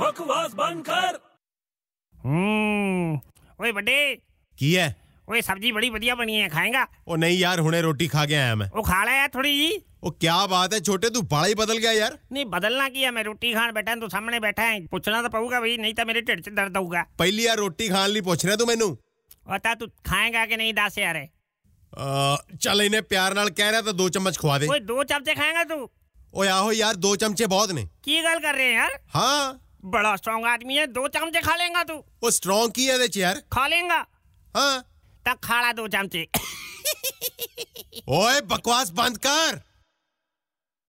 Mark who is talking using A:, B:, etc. A: बकवास बंद कर
B: हम्म ओए बटे
C: ਕੀ ਹੈ
B: ओए सब्जी बड़ी बढ़िया बनी है खाएगा
C: ਉਹ ਨਹੀਂ ਯਾਰ ਹੁਣੇ ਰੋਟੀ ਖਾ ਕੇ ਆਇਆ ਮੈਂ
B: वो खा रहा है थोड़ी जी
C: ਉਹ ਕੀ ਬਾਤ ਹੈ ਛੋਟੇ ਤੂੰ ਬਾਲਾ ਹੀ ਬਦਲ ਗਿਆ ਯਾਰ
B: नहीं बदलना किया मैं रोटी खान बैठा हूं, तू सामने बैठा है पूछना तो पड़ूगा भाई नहीं तो मेरे ढिड से दर्द होगा
C: ਪਹਿਲੀ ਯਾਰ ਰੋਟੀ ਖਾਣ ਲਈ ਪੁੱਛ ਰਿਹਾ ਤੂੰ ਮੈਨੂੰ
B: बता तू खाएगा कि नहीं दस यार
C: ਅਹ, ਚੱਲ ਇਹਨੇ ਪਿਆਰ ਨਾਲ ਕਹਿ ਰਿਹਾ ਤਾਂ ਦੋ ਚਮਚ ਖਵਾ ਦੇ
B: ओए दो चमचे खाएगा तू
C: ਓਏ ਆਹੋ ਯਾਰ ਦੋ ਚਮਚੇ ਬਹੁਤ ਨੇ
B: की गल कर रहे हैं यार
C: ਹਾਂ
B: बड़ा स्ट्रांग आदमी है दो चमचे खा लेगा तू
C: ਉਹ ਸਟਰੋਂਗ ਕੀ ਹੈ ਇਹਦੇ ਚ ਯਾਰ
B: खा लेगा
C: ਹਾਂ
B: तब खा रहा दो चमचे
C: ਓਏ ਬਕਵਾਸ ਬੰਦ ਕਰ